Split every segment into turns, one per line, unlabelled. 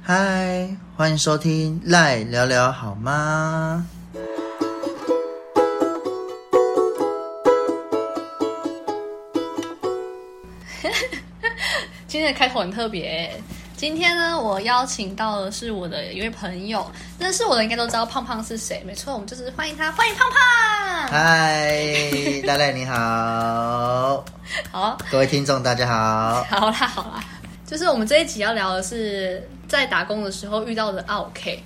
嗨，欢迎收听《赖聊聊好吗》。
今天的开头很特别欸、今天呢，我邀请到的是我的一位朋友，认识我的应该都知道胖胖是谁，没错，我们就是欢迎他，欢迎胖胖。
嗨，赖赖你好，
好，
各位听众大家好。
好啦，好啦，就是我们这一集要聊的是在打工的时候遇到的 OK。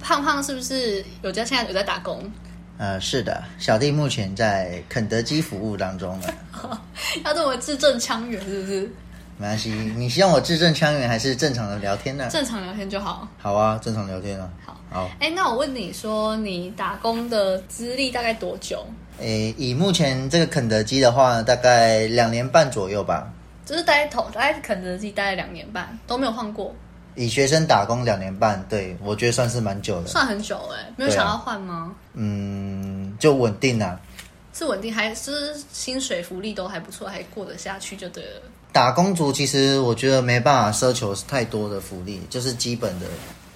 胖胖是不是有在现在有在打工？
呃，是的，小弟目前在肯德基服务当中啊了。
要这么字正腔圆是不是？
没关系，你希望我字正腔圆还是正常的聊天呢？
正常聊天就好。
好啊，正常聊天啊。
好
好，
哎、那我问你说，你打工的资历大概多久？
诶，以目前这个肯德基的话，大概两年半左右吧。
就是待头待肯德基待了两年半都没有换过，
以学生打工两年半，对我觉得算是蛮久的。
算很久哎、没有
对啊
想要换吗？
嗯，就稳定啦、
是稳定还是薪水福利都还不错，还过得下去就对了。
打工族其实我觉得没办法奢求太多的福利，就是基本的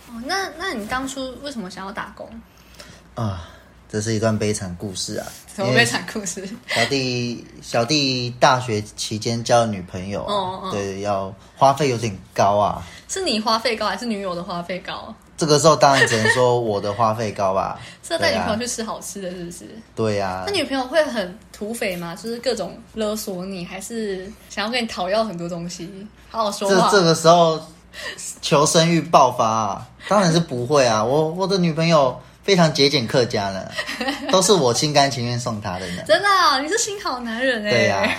哦，那那你当初为什么想要打工？
啊。这是一段悲惨故事啊！
什么悲惨故事？
小弟小弟大学期间交的女朋友、啊，
哦哦
对，要花费有点高啊。
是你花费高还是女友的花费高？。
这个时候当然只能说我的花费高吧
是要啊带女朋友去吃好吃的，是不是？
对啊呀、
那女朋友会很土匪吗？就是各种勒索你，还是想要跟你讨要很多东西？好好说
对啊，
话。
这这个时候求生欲爆发啊，当然是不会啊。我我的女朋友非常节俭客家 呢，都是我心甘情愿送她的呢。
真的啊、你是心好男人哎、
对啊呀、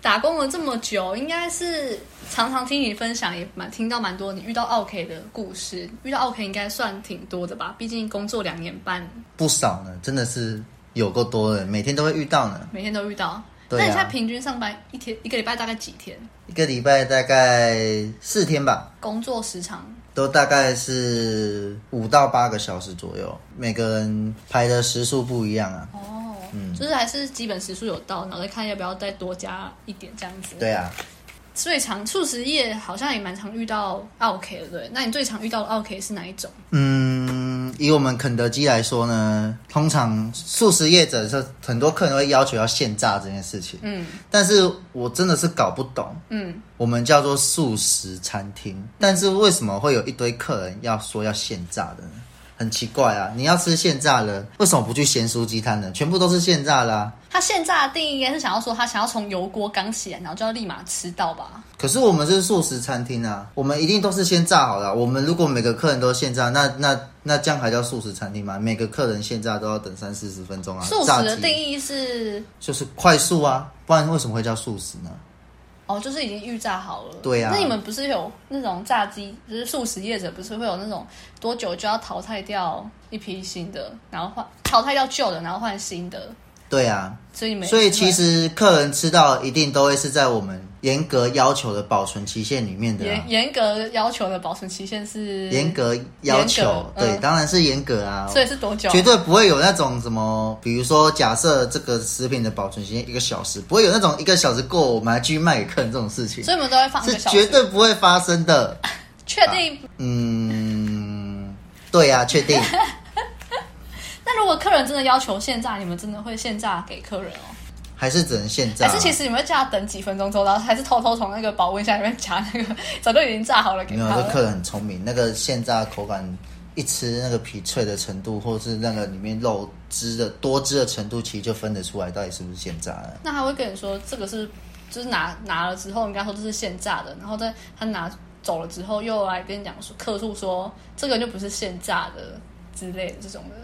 打工了这么久，应该是常常听你分享，也蛮听到蛮多你遇到 OK 的故事。遇到 OK 应该算挺多的吧？毕竟工作两年半，
不少呢，真的是有够多的，每天都会遇到呢。
每天都遇到。
对啊
那你现在平均上班一天一个礼拜大概几天？
一个礼拜大概四天吧，
工作时长
都大概是五到八个小时左右，每个人排的时数不一样啊。
哦，就是还是基本时数有到，然后再看要不要再多加一点这样子。，
对啊，
最常素食业好像也蛮常遇到 OK 的，对不对？那你最常遇到的 OK 是哪一种？
嗯，以我们肯德基来说呢，通常素食业者是很多客人会要求要现炸这件事情，
嗯
但是我真的是搞不懂，
嗯，
我们叫做素食餐厅，但是为什么会有一堆客人要说要现炸的呢？很奇怪啊！你要吃现炸的，为什么不去咸酥鸡摊呢？全部都是现炸啊啦、
他现在的定义应该是想要说他想要从油锅刚起来，然后就要立马吃到吧？
可是我们是素食餐厅啊，我们一定都是先炸好了啊、我们如果每个客人都现炸，那那那这样还叫素食餐厅吗？每个客人现炸都要等三四十分钟啊！
素
炸
食的
鸡
定义是
就是快速啊，不然为什么会叫素食呢？
哦，就是已经预炸好了。
对啊
那你们不是有那种炸鸡，就是素食业者不是会有那种多久就要淘汰掉一批新的，然后换淘汰掉旧的，然后换新的，
对啊，
所以你们
所以其
实
实客人吃到一定都会是在我们严格要求的保存期限里面的、啊
严。严格要求的保存期限是
严，格要求，
严格
对，
嗯
当然是严格啊，
所以是多久？
绝对不会有那种什么，比如说假设这个食品的保存时间一个小时，不会有那种一个小时过我们还继续卖给客人这种事情，
所以你们都会放一
是
个小
绝
时，
对啊不会发生的。
确定？
嗯，对啊，确定。
那如果客人真的要求现炸，你们真的会现炸给客人哦？
还是只能现炸、
还是其实你们会叫他等几分钟之后，然后还是偷偷从那个保温箱里面夹那个， 早就已经炸好了给
没有，
他
这
了。
客人很聪明，那个现炸口感一吃，那个皮脆的程度，或是那个里面肉汁的多汁的程度，其实就分得出来到底是不是现炸了。
那他会跟你说这个是就是拿拿了之后，你跟他说这是现炸的，然后再他拿走了之后又来跟你讲说客诉说这个就不是现炸的之类的这种的。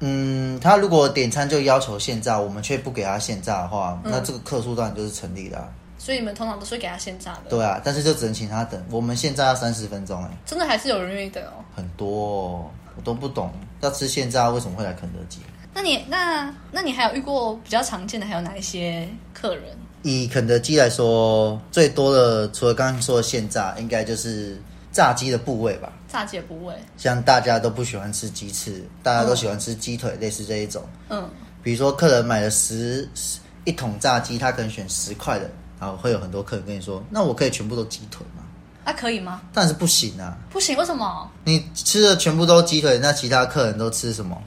嗯，他如果点餐就要求现炸，我们却不给他现炸的话，那这个客诉当然就是成立的、啊。
所以你们通常都是会给他现炸的，
对啊，但是就只能请他等。我们现炸要三十分钟哎、
真的还是有人愿意等哦。
很多、哦、我都不懂，要吃现炸为什么会来肯德基？
那你那那你还有遇过比较常见的还有哪一些客人？
以肯德基来说，最多的除了刚刚说的现炸，应该就是炸鸡的部位吧。
炸姐不会，
像大家都不喜欢吃鸡翅，大家都喜欢吃鸡腿，类似这一种。
嗯，
比如说客人买了十十一桶炸鸡，他可能选十块的，然后会有很多客人跟你说：“那我可以全部都鸡腿吗？”
那、啊可以吗？
当然是不行啊！
不行，为什么？
你吃的全部都鸡腿，那其他客人都吃什么？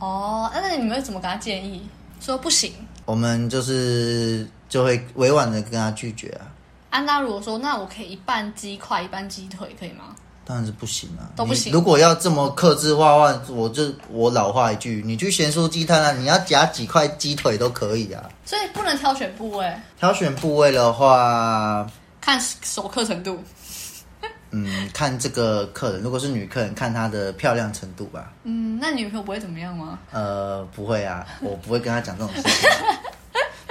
哦，那那你们会怎么给他建议？说不行。
我们就是就会委婉的跟他拒绝啊，
安娜如果说，那我可以一半鸡块，一半鸡腿，可以吗？
当然是不行啊，
都不行
你如果要这么克制化话，我就我老话一句，你去咸酥鸡摊啊，你要夹几块鸡腿都可以啊。
所以不能挑选部位，
挑选部位的话，
看熟客程度。
嗯，看这个客人，如果是女客人，看她的漂亮程度吧。
嗯，那你女朋友不会怎么样吗？
呃，不会啊，我不会跟他讲这种事情。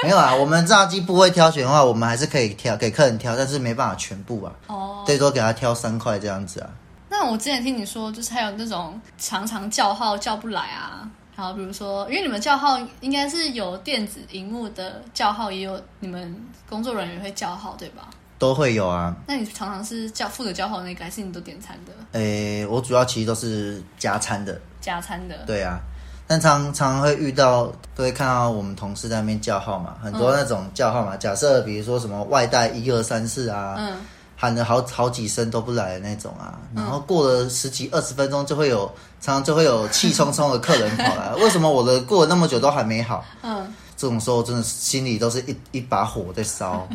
没有啊，我们炸鸡部位挑选的话，我们还是可以挑给客人挑，但是没办法全部啊，
哦，
最多给他挑三块这样子啊。
那我之前听你说，就是还有那种常常叫号叫不来啊，然后比如说，因为你们叫号应该是有电子荧幕的叫号，也有你们工作人员会叫号，对吧？
都会有啊。
那你常常是叫负责叫号的那个，还是你都点餐的、
诶，我主要其实都是加餐的，
加餐的？
对啊。但常常会遇到，都会看到我们同事在那边叫号码，很多那种叫号码。假设比如说什么外带一二三四啊，
嗯，
喊了好好几声都不来的那种啊，然后过了十几二十分钟就会有，常常就会有气冲冲的客人跑来，为什么我的过了那么久都还没好？
嗯，
这种时候真的心里都是一一把火在烧，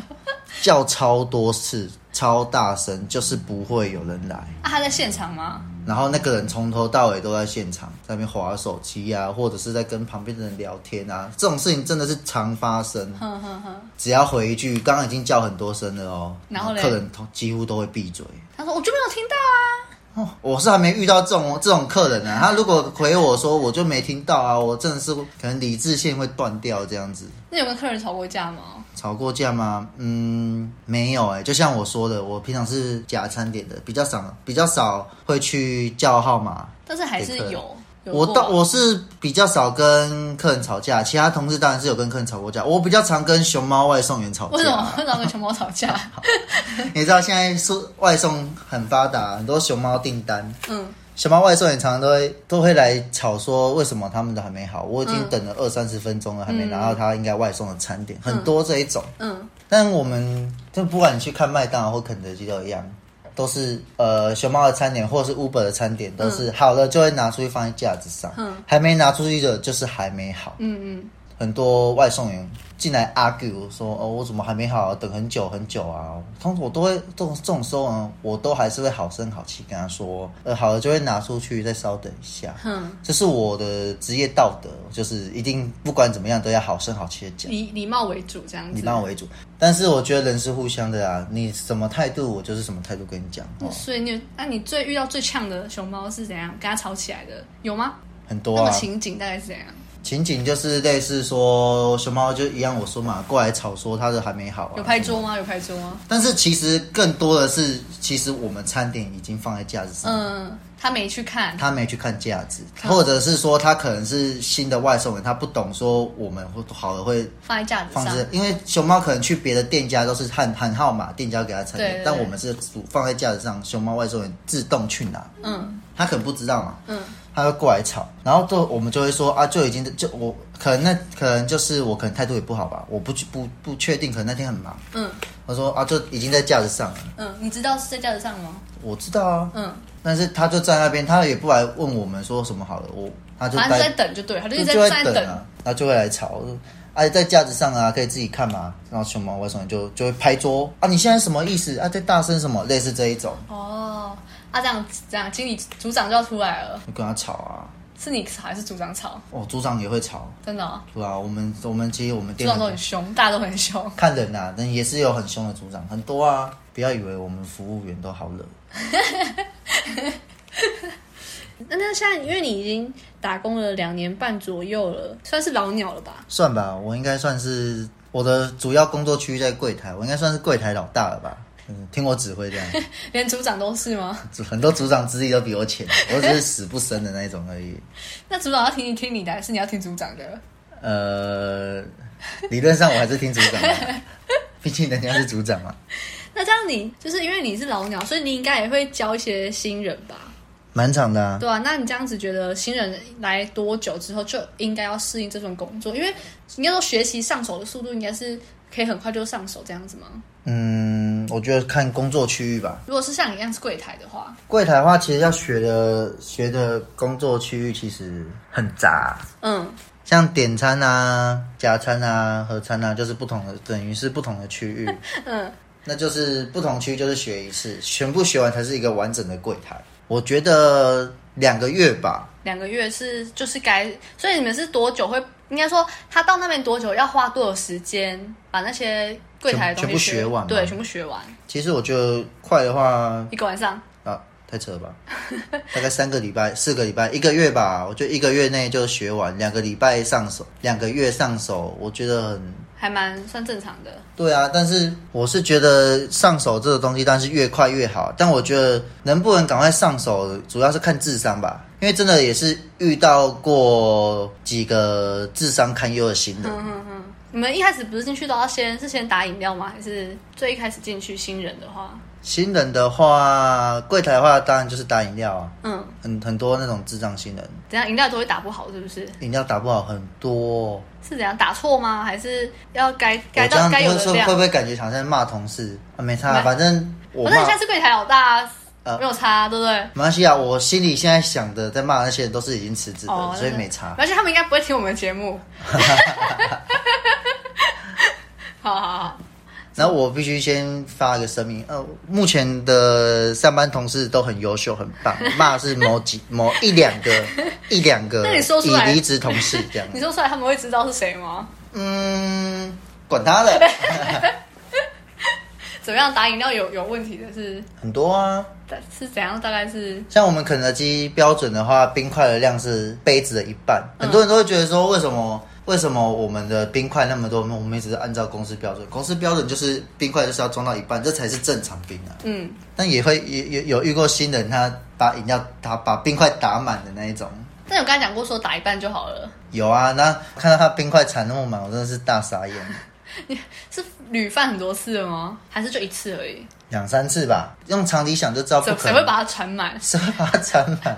叫超多次，超大声，就是不会有人来。
啊，他在现场吗？
然后那个人从头到尾都在现场，在那边划手机啊，或者是在跟旁边的人聊天啊，这种事情真的是常发生。
哼哼哼，
只要回一句，刚刚已经叫很多声了哦，
然后嘞
客人通几乎都会闭嘴。
他说我就没有听到啊。
哦，我是还没遇到这种这种客人啊，他如果回我说我就没听到啊，我真的是可能理智线会断掉这样子。
那有跟客人吵过架吗？
吵过架吗？嗯，没有哎、就像我说的，我平常是假餐点的，比较少比较少会去叫号码，
但是还是
给客人
有，有
我
过
到我是比较少跟客人吵架，其他同事当然是有跟客人吵过架。我比较常跟熊猫外送员吵
为什么
架。
会找跟熊猫吵架？
你知道现在是外送很发达，很多熊猫订单，
嗯，
熊猫外送员常常都会都会来吵说为什么他们的还没好，我已
嗯
经等了二三十分钟了，还没拿到他应该外送的餐点，很多这一种。
嗯，
但我们就不管你去看麦当劳或肯德基都一样，都是呃熊猫的餐点或是 Uber 的餐点，都是好了就会拿出去放在架子上，
嗯
还没拿出去的就是还没好。
嗯嗯，
很多外送员进来 argue 说哦我怎么还没好、啊，等很久很久啊。通常我都会这种这种时候呢，我都还是会好声好气跟他说，呃好了就会拿出去再稍等一下。
哼，
这是我的职业道德，就是一定不管怎么样都要好声好气的讲。
礼礼貌为主这样
礼
子。
貌为主。但是我觉得人是互相的啊，你什么态度，我就是什么态度跟你讲哦，
所以你有，那你最遇到最呛的熊猫是怎样？跟他吵起来的有吗？
很多
那个
啊。
情景大概是怎样？
情景就是类似说熊猫就一样，我说嘛，过来吵说他的还没好啊。
有拍桌吗？有拍桌吗？
但是其实更多的是，其实我们餐点已经放在架子上，
嗯，他没去看，
他没去看架子，或者是说他可能是新的外送人，他不懂说我们会好了会
放在架子
放
上。
置，因为熊猫可能去别的店家都是喊喊号码，店家给他餐点，
对对对
但我们是放在架子上，熊猫外送人自动去拿。
嗯
他可能不知道嘛，
嗯，
他会过来吵，然后就我们就会说啊，就已经就我可能那可能就是我可能态度也不好吧，我不不不确定，可能那天很忙，
嗯
我说啊，就已经在架子上了，
嗯，你知道是在架子上吗？
我知道啊，
嗯，
但是他就站那边，他也不来问我们说什么好了，我他就
反正就在
待
等就对了，他就一
就
直在
就
在
在等啊，然后就会来吵。我说啊，在架子上啊，可以自己看嘛。然后熊猫外送就就会拍桌啊，你现在什么意思啊？在大声什么？类似这一种，
哦，啊，这样这样，经理组长就要出来了，
就跟他吵啊。
是你吵还是组长吵？
哦，组长也会吵，
真的、哦，
对啊，我们我们其实我们
组
店
长都很凶，大家都很凶。
看人呐、啊，但也是有很凶的组长，很多啊。不要以为我们服务员都好惹，
那那现在，因为你已经打工了两年半左右了，算是老鸟了吧？
算吧，我应该算是我的主要工作区域在柜台，我应该算是柜台老大了吧。嗯，听我指挥这样，
连组长都是吗？
组很多组长资历都比我浅，我只是死不生的那一种而已。
那组长要听你听你的，还是你要听组长的？
呃，理论上我还是听组长的，毕竟人家是组长嘛。
那这样你就是因为你是老鸟，所以你应该也会教一些新人吧？
满场的、啊，
对啊，那你这样子觉得新人来多久之后就应该要适应这份工作？因为应该说学习上手的速度应该是可以很快就上手这样子吗？
嗯，我觉得看工作区域吧。
如果是像你一样是柜台的话，
柜台的话，其实要学的学的工作区域其实很杂，
嗯，
像点餐啊、夹餐啊、合餐啊，就是不同的，等于是不同的区域。
嗯，
那就是不同区就是学一次，全部学完才是一个完整的柜台。我觉得两个月吧，
两个月是就是该，所以你们是多久会？应该说他到那边多久要花多少时间把那些柜台的东
全全
西
部学完吗
对，全部学完
其实我觉得快的话
一个晚上。
啊，太扯了吧，大概三个礼拜、四个礼拜、一个月吧，我觉得一个月内就学完，两个礼拜上手，两个月上手，我觉得很
还蛮算正常的，
对啊，但是我是觉得上手这个东西，但是越快越好。但我觉得能不能赶快上手，主要是看智商吧。因为真的也是遇到过几个智商堪忧的新人，
你们一开始不是进去都要先是先打饮料吗？还是最一开始进去新人的话，
新人的话，柜台的话当然就是打饮料啊，
嗯，
很很多那种智障新人，
怎样饮料都会打不好，是不是？
饮料打不好很多、哦。
是怎样打错吗？还是要该
我
该
这
到
样
该有
会
的
说会
量
不？会感觉好像在骂同事啊？没差啊，
没
反正我
反
骂
正你现在是柜台老大啊，
呃
没有差啊，对不对？
马来西亚，我心里现在想的在骂那些人都是已经辞职的，
哦，
所以
那
没差。
而且他们应该不会听我们的 节目。好好好，
然后我必须先发一个声明，呃，目前的上班同事都很优秀，很 棒，骂是某几某一两个一两个
那你说出
已
来
离职同事这样，
你说出来他们会知道是谁吗？
嗯，管他 的，
怎么样打饮料有有问题的是
很多啊。
是怎样？大概是
像我们肯德基标准的话，冰块的量是杯子的一半，很多人都会觉得说，为什么为什么我们的冰块那么多？我们一直是按照公司标准，公司标准就是冰块就是要装到一半，这才是正常冰啊。
嗯，
但也会也也有遇过新人，他把饮料他把冰块打满的那一种。
但我刚才讲过说打一半就好了，
有啊，那看到他冰块缠那么满，我真的是大傻眼，
是屡犯很多次了吗？还是就一次而已？
两三次吧。用常理想就知道不
谁
可
谁会
能，
把它传满？
谁 会把它缠满？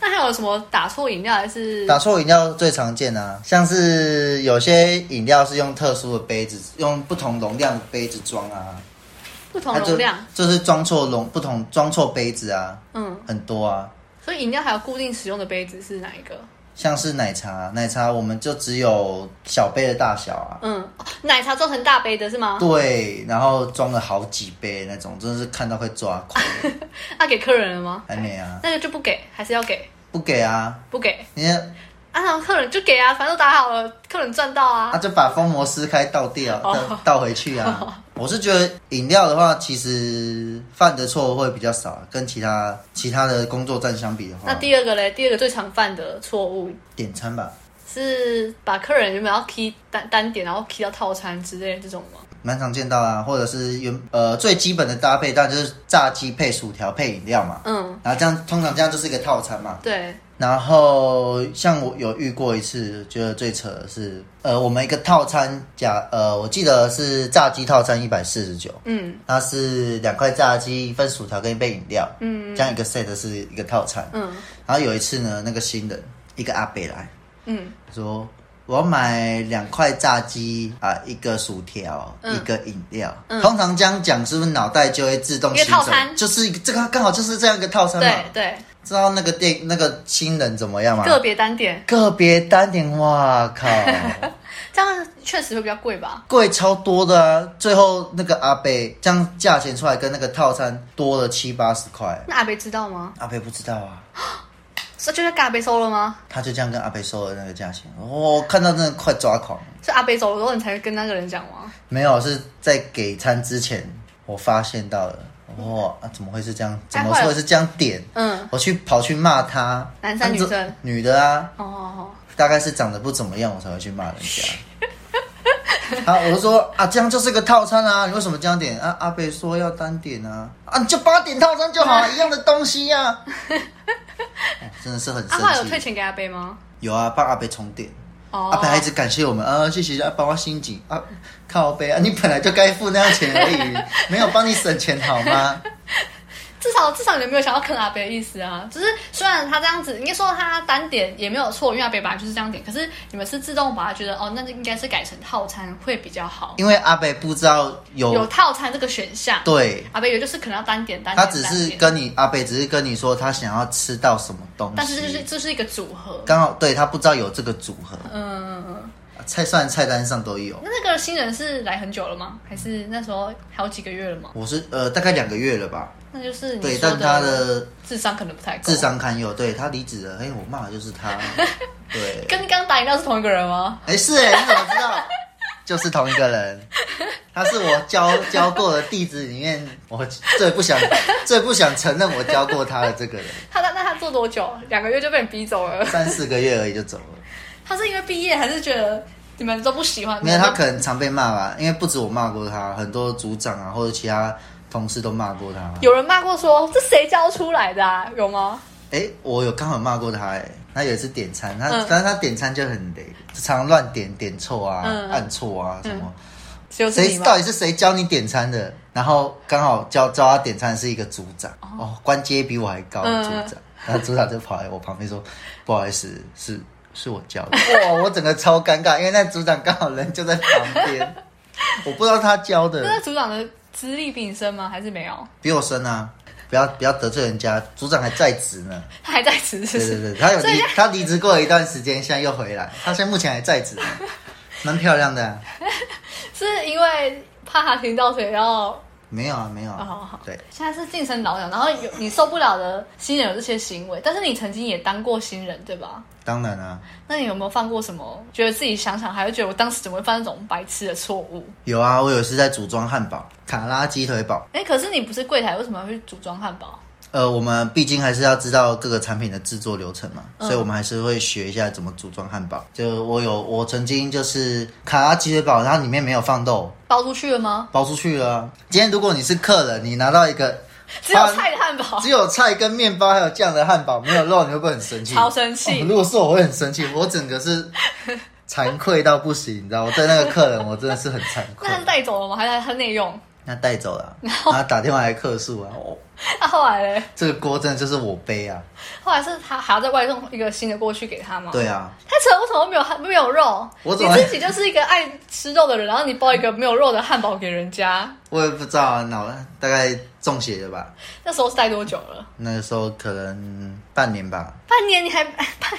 那还有什么打错饮料还是
打错饮料最常见啊，像是有些饮料是用特殊的杯子，用不同容量的杯子装啊，
不同容量？
它就就是装错容不同装错杯子啊，
嗯，
很多啊。
所以饮料还有固定使用的杯子是哪一个？
像是奶茶，奶茶我们就只有小杯的大小啊，
嗯，哦奶茶做成大杯的是吗？
对，然后装了好几杯那种，真的是看到会抓狂。
那、给客人了吗？
还没啊，
那个就不给，还是要给？
不给啊，
不给
你看
啊？然后客人就给啊，反正都打好了，客人赚到啊。
啊就把封膜撕开倒掉，
哦
倒倒回去 啊。我是觉得饮料的话，其实犯的错会比较少，跟其他其他的工作站相比的
那
话，
第二个嘞，第二个最常犯的错误
点餐吧，
是把客人原本要 key 单单点，然后 key 到套餐之类的这种吗？
蛮常见到啊，或者是原呃最基本的搭配，当然就是炸鸡配薯条配饮料嘛。
嗯，
然后这样，通常这样就是一个套餐嘛。
对，
然后像我有遇过一次，觉得最扯的是，呃，我们一个套餐假，呃，我记得是炸鸡套餐一百四十九，
嗯
它是两块炸鸡、一份薯条跟一杯饮料，
嗯
这样一个 set 是一个套餐。
嗯
然后有一次呢，那个新人一个阿伯来
嗯，
他说，我要买两块炸鸡啊、一个薯条、
嗯
一个饮料。
嗯
通常这样讲，是不是脑袋就会自动
一个
形成
套餐
就是这个刚好就是这样一个套餐嘛？
对对，
知道那个店那个新人怎么样吗？
个别单点
个别单点，哇 靠，
这样确实会比较贵吧？
贵超多的啊！最后那个阿贝这样价钱出来，跟那个套餐多了七八十块。
那阿贝知道吗？
阿贝不知道啊，
所以就是阿贝收了吗？
他就这样跟阿贝收了那个价钱，我、看到真的快抓狂。
是阿贝走了之后你才会跟那个人讲吗？
没有，是在给餐之前我发现到了，哦，啊，怎么会是这样？怎么会是这样点？
嗯，
我去跑去骂他，
男生
啊
女
这
生
女的啊，
哦哦
大概是长得不怎么样，我才会去骂人家。啊，我就说啊，这样就是个套餐啊，你为什么这样点？啊，阿贝说要单点啊，啊，你就八点套餐就好啊，一样的东西呀、 啊哦真的是很
哦，阿华有
生
退
气。
钱给阿贝吗？
有啊，帮阿贝重点，
哦，
阿贝还一直感谢我们啊，谢谢啊，帮我心急啊， 靠背啊，你本来就该付那样钱而已，没有帮你省钱好吗？
至少至少你没有想要坑阿北的意思啊。只是虽然他这样子，应该说他单点也没有错，因为阿北本来就是这样点。可是你们是自动把他觉得哦，那就应该是改成套餐会比较好，
因为阿北不知道有
有套餐这个选项。
对，
阿北有就是可能要单点单点，
他只
单
是
点
跟你阿北只是跟你说他想要吃到什么东西，
但是这就是这是一个组合。
刚好对他不知道有这个组合，
嗯，
菜算菜单上都有。
那那个新人是来很久了吗？还是那时候好几个月了吗？
我是呃大概两个月了吧，
那就是你
对，
说
但他的
智商可能不太够。
智商堪忧，对他离职了，哎、我骂的就是他， 对，
跟刚打饮料是同一个人吗？
哎、是哎、你怎么知道？就是同一个人，他是我教教过的弟子里面，我最不 想最不想承认我教过他的这个人，
他那那他做多久？两个月就被你逼走了？
三四个月而已就走了。
他是因为毕业还是觉得你们都不喜欢？
没有，他
都
可能常被骂吧，因为不止我骂过他，很多组长啊或者其他同事都骂过他。
有人骂过说这谁教出来的啊？有吗？
哎、我有刚好骂过他、哎，他有一次点餐，他、
嗯
但是他点餐就很雷，常乱点点错啊，
嗯
按错啊什么，
只有是
谁、
你吗
到？底是谁教你点餐的？然后刚好教教他点餐的是一个组长，哦官阶比我还高的
嗯
组长，然后组长就跑来我旁边说，不好意思，是是我教 的，哇，我整个超尴尬，因为那组长刚好人就在旁边，我不知道他教的，
那组长的资历比你深吗？还是没有？
比我深啊，不要不要得罪人家，组长还在职呢。
他还在职是不
对
是？
对对，他有
所以
离他离职过一段时间，现在又回来，他现在目前还在职，啊蛮漂亮的啊、
是因为怕他听到所以要。
没有啊，没有
哦好好
啊，对，
现在是晋升老鸟，然后有你受不了的新人有这些行为，但是你曾经也当过新人，对吧？
当然啊，
那你有没有犯过什么？觉得自己想想还会觉得我当时怎么会犯这种白痴的错误？
有啊，我有一次在组装汉堡，卡拉鸡腿堡，
哎、可是你不是柜台，为什么要去组装汉堡？
呃，我们毕竟还是要知道各个产品的制作流程嘛，
嗯
所以我们还是会学一下怎么组装汉堡。就我有，我曾经就是卡拉鸡腿堡，它里面没有放豆，
包出去了吗？
包出去了啊。今天如果你是客人，你拿到一个
只有菜的汉堡，
只有菜跟面包还有酱的汉堡，没有肉，你会不会很生气？
超生气
哦如果是我，我会很生气，我整个是惭愧到不行，你知道，我对那个客人，我真的是很惭
那
愧
他。是带走了吗？还是他内用？
那带走了，然后打电话来客诉啊，哦，
那、后来嘞？
这个锅真的就是我背啊，
后来是他还要再外送一个新的过去给他吗？，
对啊，
太扯了，为什么没有汉没有肉？
我怎
你
么
自己就是一个爱吃肉的人，然后你包一个没有肉的汉堡给人家，
我也不知道啊，脑大概中邪了吧，
那时候是待多久了？
那个时候可能半年吧，
半年你还 半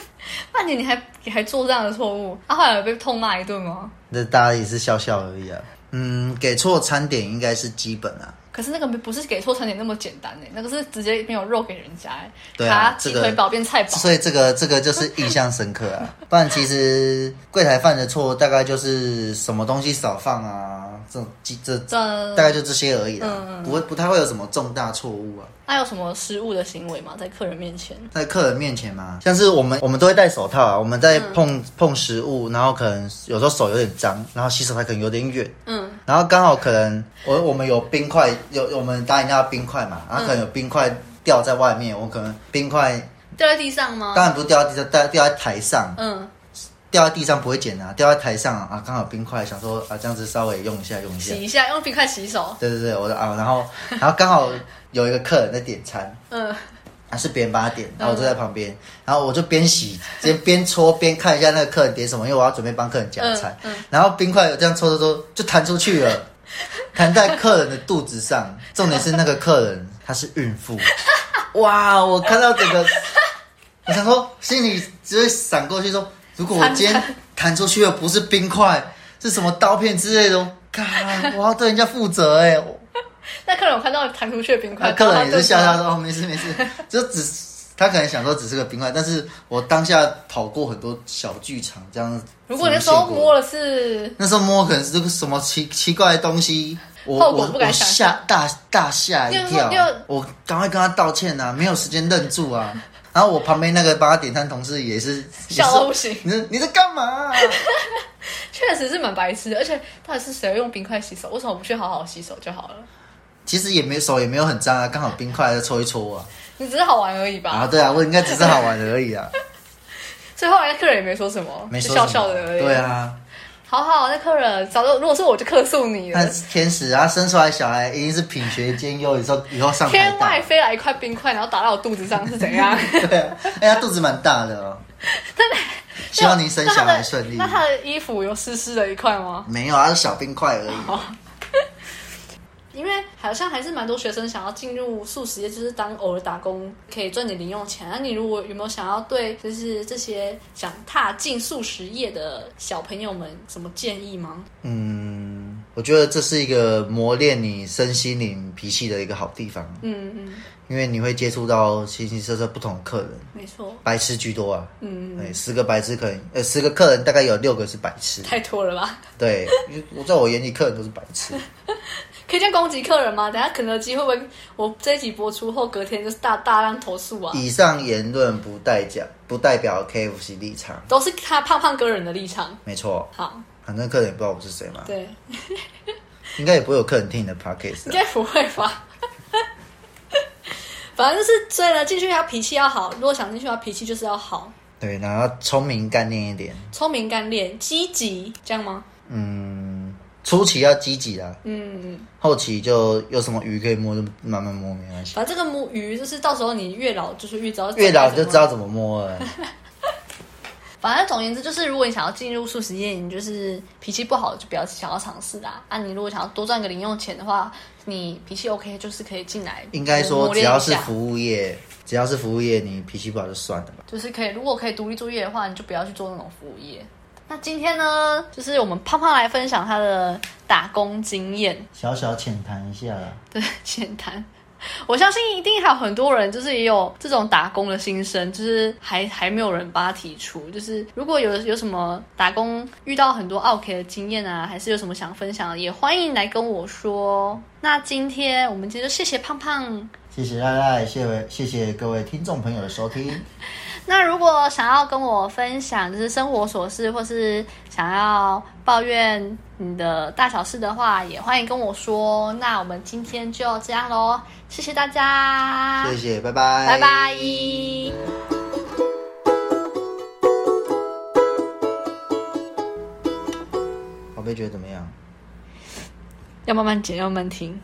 半年你还你还做这样的错误，他、后来有被痛骂一顿吗？
那大家也是笑笑而已啊。嗯，给错餐点应该是基本啊，
可是那个不是给错餐点那么简单欸呢，那个是直接没有肉给人家哎，
对啊
卡鸡
这个
腿堡变菜堡，
所以这个这个就是印象深刻啊。 不然其实柜台犯的错大概就是什么东西少放啊，这种这这
这
大概就这些而已啦、
嗯
不会不太会有什么重大错误啊。
那有什么失误的行为吗？在客人面前，
在客人面前嘛，像是我们我们都会戴手套啊，我们
嗯
在碰、碰食物，然后可能有时候手有点脏，然后洗手台可能有点远，
嗯，
然后刚好可能我我们有冰块，有我们打饮料的冰块嘛，然后可能有冰块掉在外面，我可能冰块
掉在地上吗？
当然不是掉在地上，掉掉在台上，
嗯，
掉在地上不会捡啊，掉在台上啊，啊刚好冰块，想说啊这样子稍微用一下用一下，
洗一下，用冰块洗手。
对对对，我说啊，然后然后刚好有一个客人在点餐，
嗯，
啊是别人帮他点，然后我就在旁边，然后我就边洗边边搓边看一下那个客人点什么，因为我要准备帮客人夹菜，
嗯
然后冰块有这样搓搓搓就弹出去 了，弹在客人的肚子上，重点是那个客人她是孕妇，哇，我看到整 个。我想说，心里只会闪过去说，如果我今天弹出去的不是冰块，是什么刀片之类的，我干，我要对人家负责哎、我
那客人有看到弹出去的冰块，
那啊客人也是笑笑
然后
说，哦，没事没事， 就只他可能想说只是个冰块，但是我当下跑过很多小剧场这样。
就。如果你那时候摸
了，
了是，
那时候摸可能是这个什么奇奇怪的东西。我
后果
我
不敢
我
想
吓大大吓
你有
一
说
跳
你有，
我赶快跟他道歉啊，没有时间愣住啊。然后我旁边那个帮他点餐同事也是也
笑
是
到不行
你在你在干嘛啊、
确实是蛮白痴的。而且到底是谁会用冰块洗手？为什么不去好好洗手就好了？
其实也没手也没有很脏啊，刚好冰块在搓一搓啊。
你只是好玩而已吧。
啊，对啊，我应该只是 好玩而已啊，
所以后来客人也没说什么，
没
就
说什
笑
么
笑的而已。
对，啊，
好好，那客人早就如果是我就客诉你
那
了，
天使他生出来小孩一定是品学兼优，以后以后上台
天
大
外， 飞来一块冰块，然后打到我肚子上是怎样？
对啊，哎，他肚子蛮大的哦。 希望你生小孩顺利
那。他的衣服有湿湿的一块吗？
没有啊，是小冰块而已。
因为好像还是蛮多学生想要进入素食业，就是当偶尔打工可以赚点零用钱。那你如果有没有想要对就是这些想踏进素食业的小朋友们什么建议吗？
嗯，我觉得这是一个磨练你身心灵脾气的一个好地方，
嗯嗯，
因为你会接触到形形色色不同的客人，
没错，
白痴居多啊。
嗯，
对，十个白痴可能，呃，十个客人大概有六个是白痴。
太多了吧？
对，因为我在我眼里，客人都是白痴。
可以这样攻击客人吗？等下肯德基会不会我这一集播出后隔天就是大大量投诉啊？
以上言论不代表不代表 KFC 立场，
都是他胖胖哥人的立场。
没错。
好，
反正客人也不知道我是谁嘛，
对，
应该也不会有客人听你的 podcast 啊。
应该不会吧？ 反正就是，所以呢，进去要脾气要好。如果想进去，要脾气就是要好，
对，然后聪明干练一点，
聪明干练、积极，这样吗？
嗯，初期要积极啦，
嗯，
后期就有什么鱼可以摸就慢慢摸，没关系。
反正这个摸鱼就是到时候你越老就是越知道，
越老就知道。怎么摸了。
反正总而言之，就是如果你想要进入素食业，你就是脾气不好就不要想要尝试啦。啊，你如果想要多赚个零用钱的话，你脾气 OK 就是可以进来，
应该说
磨，
只
练
要
一
是
下
服务业，只要是服务业，你脾气不好就算了吧。
就是可以，如果可以独立作业的话，你就不要去做那种服务业。那今天呢，就是我们胖胖来分享他的打工经验，
小小浅谈一下啦。
对， 简单。我相信一定还有很多人，就是也有这种打工的心声，就是还还没有人把它提出。就是如果有有什么打工遇到很多 OK 的经验啊，还是有什么想分享的，也欢迎来跟我说。那今天我们今天就谢谢胖胖
谢谢赖赖，谢谢谢谢各位听众朋友的收听。
那如果想要跟我分享就是生活琐事，或是想要抱怨你的大小事的话，也欢迎跟我说。那我们今天就这样喽，谢谢大家，
谢谢，拜拜，
拜拜。
宝贝觉得怎么样？
要慢慢剪，要慢慢听。